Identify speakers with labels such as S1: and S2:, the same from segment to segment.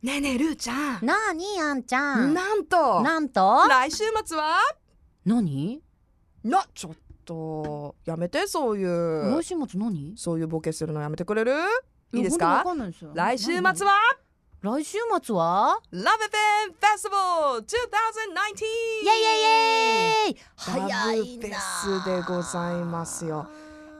S1: ねえねえルーちゃん
S2: なあにあんちゃん
S1: なんと
S2: なんと
S1: 来週末は
S2: 何
S1: なちょっとやめてそういう
S2: 来週末何
S1: そういうボケするのやめてくれるいいです
S2: や
S1: か
S2: 本当にわかんないですよ
S1: 来週末は
S2: 来週末は
S1: ラブフェンフェスティバル2019
S2: イェイイェイイェイ早いな
S1: ラブフェスでございますよ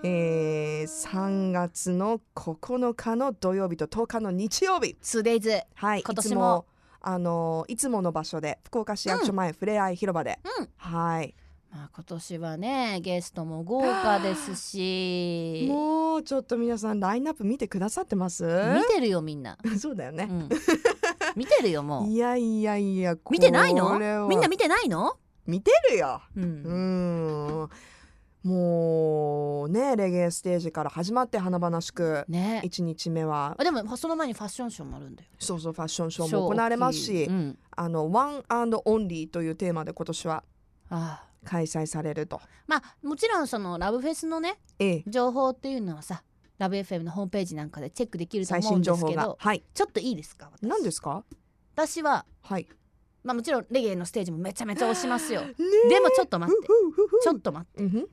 S1: えー、3月の9日の土曜日と10日の日曜日
S2: ツーデイズ
S1: はい
S2: 今
S1: いつ
S2: 年も
S1: もあのいつもの場所で福岡市役所前、ふれあい広場で、
S2: うん
S1: はい
S2: まあ今年はねゲストも豪華ですし
S1: もうちょっと皆さんラインナップ見てくださってます
S2: 見てるよみんな
S1: そうだよ
S2: う
S1: ね、
S2: ん見てるよもう
S1: いやいやいや
S2: 見てない
S1: これは
S2: のみんな見てないの
S1: 見てるよ
S2: う
S1: うー
S2: ん
S1: んもうねレゲエステージから始まって華々しく
S2: ね
S1: 1日目は
S2: あでもその前にファッションショーもあるんだよ
S1: そうそうファッションショーも行われます
S2: ショー大
S1: し、
S2: きいうん
S1: あのワンアンドオンリーというテーマで今年は
S2: ああ
S1: 開催されると。
S2: まあもちろんそのラブフェスのね
S1: ええ、
S2: 情報っていうのはさラブ FM のホームページなんかでチェックできると
S1: 最
S2: 思う
S1: 新
S2: んで
S1: 情
S2: す
S1: 報
S2: け
S1: が
S2: ど
S1: はい
S2: ちょっといいですか
S1: 何ですすか
S2: 私は、
S1: はい
S2: まあ、もちろんレゲエのステージもめちゃめちゃ推しますよ
S1: ね
S2: でもちょっと待ってちょっ
S1: と
S2: と待って
S1: うんふん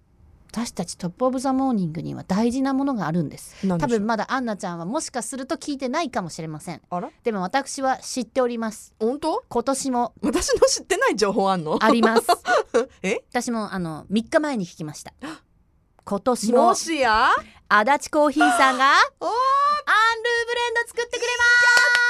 S2: 私たちトップ・オブ・ザ・モーニングには大事なものがあるんです
S1: 何
S2: 多
S1: でしょ
S2: 分
S1: う
S2: まだアンナちゃんはもしかすると聞いてないかもしれません
S1: あら
S2: でも私は知っております
S1: 本当
S2: 今年も
S1: 私の知ってない情報あんの
S2: あ ります
S1: え
S2: 私もあの3日前に聞きま した今年も
S1: もしや
S2: 足立コーヒーさんがアン
S1: おー
S2: ルーブレンド作ってくれま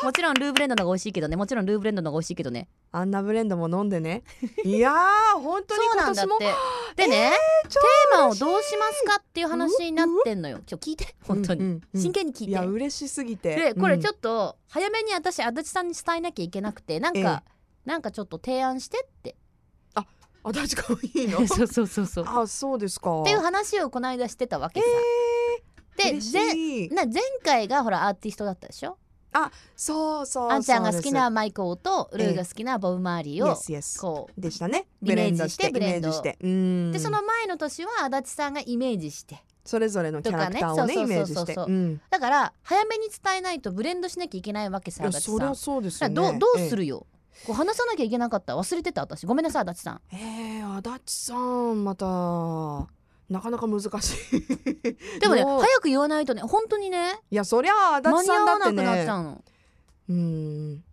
S2: すもちろんルーブレンドの方が美味しいけどねもちろんルーブレンドの方が美味しいけどね
S1: あんなブレンドも飲んで ねいやー本当に
S2: そう
S1: 今
S2: なんだっ
S1: 年
S2: て
S1: も
S2: でね、
S1: 超
S2: テーマをどうしますかっていう話になってんのよ今日聞いて本当に、
S1: うんうんうん
S2: 真剣に聞い
S1: い
S2: て
S1: や嬉しすぎて
S2: でこれ
S1: うん
S2: ちょっと早めに私足立さんに伝えなきゃいけなくてなんか、なんかちょっと提案してって
S1: あ確かにいいの
S2: そうそうそうそうっ
S1: あそうですか
S2: ていう話をこの間してたわけさ、
S1: えー、
S2: で
S1: 嬉
S2: ぜ
S1: しい
S2: な前回がほらアーティストだったでしょ
S1: そうそう
S2: あんちゃんが好きな
S1: を
S2: マイコーとルーが好きなボブ・マーリーを
S1: yes, yes
S2: こう
S1: でしたね
S2: イ
S1: ブ
S2: メ
S1: レ
S2: ー
S1: ン
S2: ジ
S1: ド
S2: し
S1: しててイメージしてうん
S2: でその前の年は足立さんがイメージして
S1: それぞれのキャラクターをね
S2: とかね
S1: イメージ
S2: そ
S1: し
S2: うそう
S1: て
S2: そう
S1: う
S2: そ
S1: ん
S2: だから早めに伝えないとブレンドしなきゃいけないわけさ
S1: いや
S2: 足立さん
S1: そりゃそうですよね
S2: だからどうどうす
S1: る
S2: るよ、こう話さなきゃいけなかった忘れてた私ごめんなさい足立さん
S1: ええー、足立さんまたなかなか難しい
S2: でもね
S1: もう
S2: 早く言わないとね本当にね
S1: いやそりゃあ足
S2: 間
S1: 立
S2: に合
S1: さんだ
S2: わ
S1: っ
S2: な
S1: て
S2: くなっちゃ
S1: ね
S2: うの
S1: うん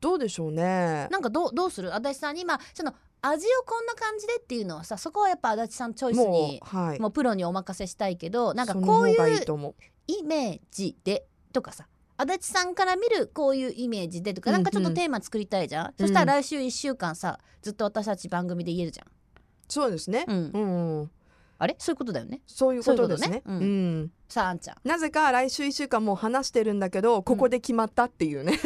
S1: どうでしょうね
S2: なんかどうどうする足立さんに今その味をこんな感じでっていうのはさそこはやっぱ足立さんチョイス
S1: も
S2: に
S1: うはい
S2: もうプロにお任せしたいけどなんか
S1: その
S2: こうい
S1: 方がいういと思う
S2: イメージでとかさ足立さんから見るこういうイメージでとか、
S1: うんうん
S2: なんかちょっとテーマ作りたいじゃん、そしたら来週1週間さずっと私たち番組で言えるじ
S1: そうですね
S2: ゃん、うん
S1: うん、うん、
S2: あれそういうことだよね
S1: そういうことですね
S2: そういうことねう
S1: うんん
S2: さああんちゃん
S1: なぜか来週1週間もう話してるんだけどここで決まったっていうね、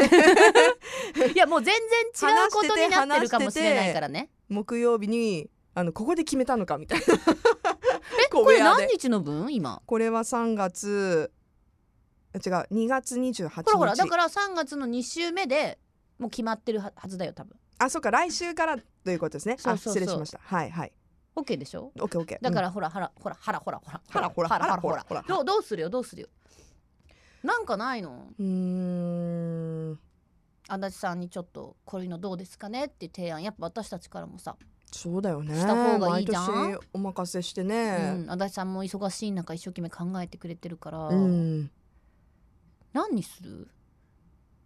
S2: いやもう全然違うことになってるかもしれないからね
S1: 木曜日にあのここで決めたのかみたいなえ
S2: これ何日の分今
S1: これは3月あ違う2月28日
S2: ほらほらだから3月の2週目でもう決まってるははずだよ多分
S1: あそうか来週からということですね
S2: そうそうそう
S1: あ失礼しましたはいはい
S2: OK でしょ
S1: OKOK
S2: だからほらほらほらほらほらほら
S1: ほらほらほらほらほら
S2: どうどうするよどうするよなんかないの
S1: うんうーん
S2: 足立さんにちょっとこういうのどうですかねっていう提案やっぱ私たちからもさ、
S1: そうだよね
S2: した方がいいじゃん
S1: 毎年お任せしてね
S2: うん、足立さんも忙しい中一生懸命考えてくれてるから、
S1: うん
S2: 何にする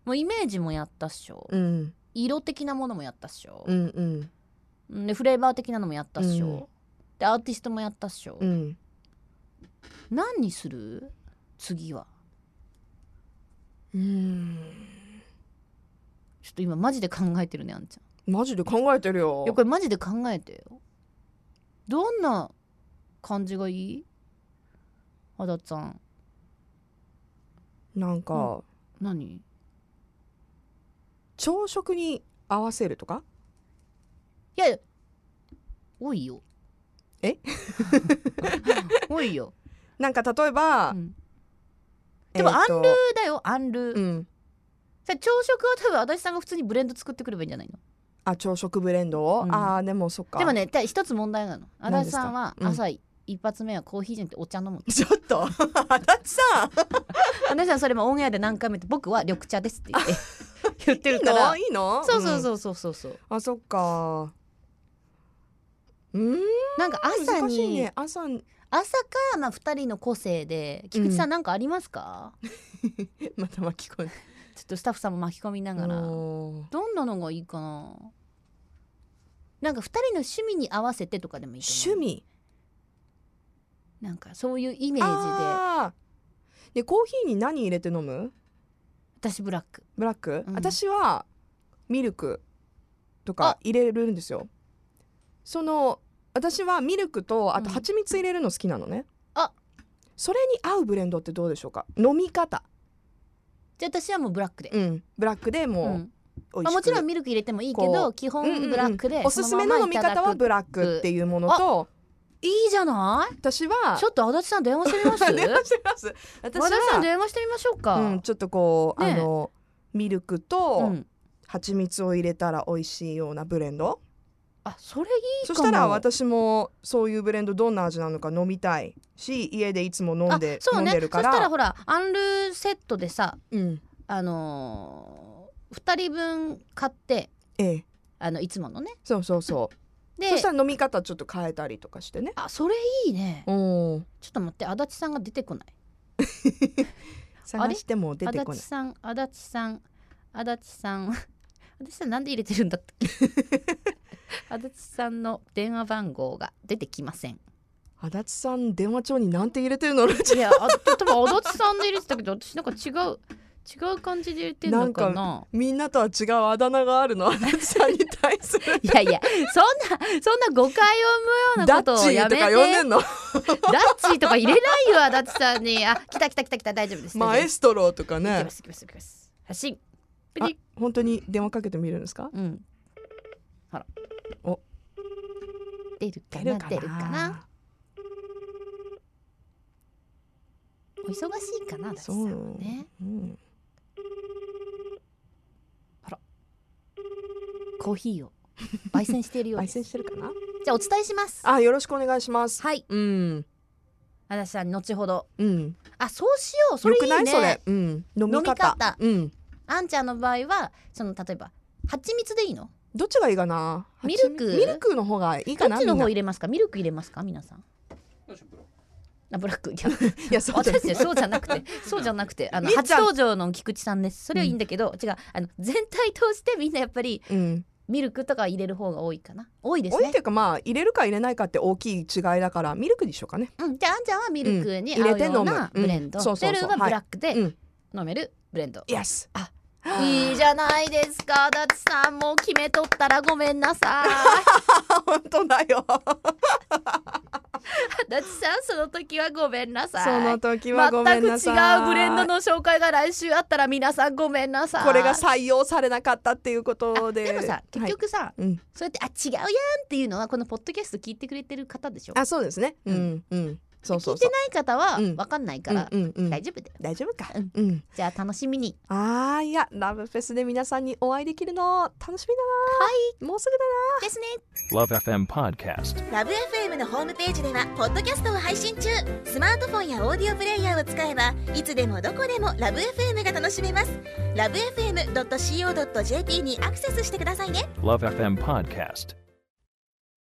S2: もうイメージもやったっしょ、
S1: うん
S2: 色的なものもやったっしょ
S1: う、んうん
S2: うんでフレーバー的なのもやったっしょ、
S1: うん
S2: でアーティストもやったっしょ、
S1: うん
S2: 何にする次は
S1: うん
S2: ちょっと今マジで考えてるねあんちゃん
S1: マジで考えてるよ
S2: いやこれマジで考えてよどんな感じがいい足立さん
S1: なんか、
S2: うん何
S1: 朝食に合わせるとか
S2: いやいや多いよ
S1: え
S2: 多いよ、
S1: なんか例えば、
S2: うんでも
S1: えーと
S2: アンルーだよアンルー、
S1: うん
S2: さ朝食は多分足立さんが普通にブレンド作ってくればいいんじゃないの
S1: あ朝食ブレンドを、
S2: うん
S1: あーでもそっか
S2: でもねただ一つ問題なの
S1: 何
S2: 足
S1: で
S2: 立
S1: すか
S2: さんは
S1: うん
S2: 朝、一発目はコーヒーじゃなくてお茶飲む
S1: ちょっと 足立さん
S2: 私はそれもオンエアで何回も言って僕は緑茶ですって言って 言ってるから
S1: いいのいいの
S2: そうそう
S1: う
S2: そうそうそうそう、
S1: んあそっかうん
S2: なんか朝
S1: 難しい
S2: に、
S1: ね朝に
S2: 朝かな二人の個性で菊池さんなんかありますか、
S1: また巻き込んで
S2: ちょっとスタッフさんも巻き込みながら
S1: おー
S2: どんなのがいいかななんか二人の趣味に合わせてとかでもいいと思う
S1: 趣味
S2: なんかそういうイメージで
S1: あーでコーヒーに何入れて飲む
S2: 私ブラック
S1: ブラック、
S2: うん
S1: 私はミルクと
S2: あ
S1: か入れるんですよその私はミルクとあと
S2: うん
S1: 蜂蜜入れるの好きなのね、
S2: あ
S1: それに合うブレンドってどうでしょうか飲み方
S2: じゃあ私はもうブラックで、
S1: うんブラックで
S2: う
S1: も
S2: ん
S1: う美味しく、
S2: まあ、もちろんミルク入れてもいいけ
S1: こ
S2: ど
S1: う
S2: 基
S1: うんうんう
S2: 本
S1: ん
S2: ブラックで
S1: おすすめの飲み方は
S2: そのままいただく
S1: ブラックっていうものと
S2: いいじゃない
S1: 私は
S2: ちょっと足立さん電話して みます
S1: 電話してます私
S2: 和田さん
S1: は、
S2: 電話してみましょうか。
S1: うん、ちょっとこう、
S2: ねえ
S1: あのミルク
S2: う
S1: と
S2: ん
S1: 蜂蜜を入れたら美味しいようなブレンド、
S2: あ、それいいか
S1: そ
S2: も。
S1: したら私もそういうブレンドどんな味なのか飲みたいし家でいつも飲んで
S2: あそう
S1: 飲ん
S2: ね。
S1: でるから
S2: そしたらほらアンルセットでさ、
S1: うん
S2: あのー、二人分買って
S1: ええ、
S2: あのいつものね。
S1: そうそうそう
S2: で
S1: そしたら飲み方ちょっと変えたりとかしてね
S2: あそれいいね。
S1: うん
S2: ちょっと待って足立さんが出てこない。
S1: 探しても出て
S2: 足
S1: こない
S2: 立さん足立さん足立さん 足立さんなんで入れてるんだったっ け。足立さんの電話番号が出てきません。
S1: 足立さん電話帳になんて入れてるの
S2: いや、あ、多分足立さんで入れてたけど、私なんか違う。違う感じで入れてんのかな。
S1: みんなとは違うあだ名があるの 足立さんに対する
S2: いやいや、そんな、そんな誤解を生むような
S1: ダ
S2: こ
S1: ッチ
S2: とを
S1: ー
S2: や
S1: と
S2: めて。
S1: か呼んでんの
S2: ダッチーとか入れないよ、足立さんに。あ、来た来た来た来た、大丈夫です。
S1: マエ
S2: ス。
S1: ストロとか
S2: 行き
S1: ね
S2: ます、行きます、行きます。発信。ピ
S1: あ
S2: リ
S1: 本当に電話かけてみるんですか
S2: ッ。うん。ほら。
S1: お。
S2: 出るかな、出るかな。お忙しいかな、足立さ
S1: そ
S2: ん
S1: う
S2: はね。
S1: うん
S2: コーヒーを。焙煎しているよう
S1: 焙
S2: です。
S1: 煎してるかな
S2: じゃあ、お伝えします。
S1: あよろしくお願いします
S2: はい、
S1: うん
S2: 足立さん、後ほど。
S1: うん
S2: あ、そうしよう。そ
S1: よ
S2: れい
S1: く
S2: い
S1: ないそ
S2: ね
S1: れ。うん飲み方
S2: 飲み方
S1: うん
S2: あんちゃんの場合は、その、例えば。蜂蜜でいいの。
S1: どっちがいいかな
S2: ミルク
S1: 蜂蜜ミルクの方がいいか
S2: ど
S1: な
S2: っちの
S1: みん
S2: 方
S1: な
S2: 入れますかミルク入れますか皆さんあブラックいや
S1: いやそう
S2: 私
S1: です
S2: たちそうじゃなく てそうじゃなくてあの
S1: みっ
S2: 初
S1: ちゃん
S2: 登場の菊池さんですそれはいいんだけど、違うあの全体通してみんなやっぱり
S1: うん
S2: ミルクとか入れる方が多いかな多いです
S1: 多いっ
S2: ね
S1: ていうかまあ入れるか入れないかって大きい違いだからミルクにしようかね
S2: うんじゃああんちゃんはミルクに
S1: うん入
S2: 合
S1: れ
S2: う
S1: て飲む
S2: ようなブレンド
S1: うんそうそうそう
S2: ルーはブラックで
S1: うん
S2: 飲めるブレンド、
S1: イエス
S2: あいいじゃないですかだちさんもう決めとったらごめんなさい
S1: あ 本当だよ
S2: だちさんその時はごめんなさい
S1: その時はごめん
S2: 全く違
S1: なさい
S2: 違うブレンドの紹介が来週あったら皆さんごめんなさい
S1: これが採用されなかったっていうことで
S2: でもさ結
S1: はい
S2: 局さ、
S1: うん
S2: そうやってあ違うやんっていうのはこのポッドキャスト聞いてくれてる方でしょ
S1: あそうですねうんうんそうそう
S2: 聞い
S1: そ
S2: て
S1: う
S2: ない方は
S1: うん
S2: 分かんないから
S1: うんうんうん
S2: 大丈夫だよ
S1: 大丈夫か
S2: うん
S1: うん
S2: じゃあ楽しみに
S1: あーいやラブフェスで皆さんにお会いできるの楽しみだなはいもうすぐだな
S2: ですね
S3: Love FM Podcast.
S4: ラブ f m のホームページではポッドキャストを配信中スマートフォンやオーディオプレイヤーを使えばいつでもどこでもラブ f m が楽しめますラブ FM.co.jp にアクセスしてくださいね
S3: Love FM Podcast.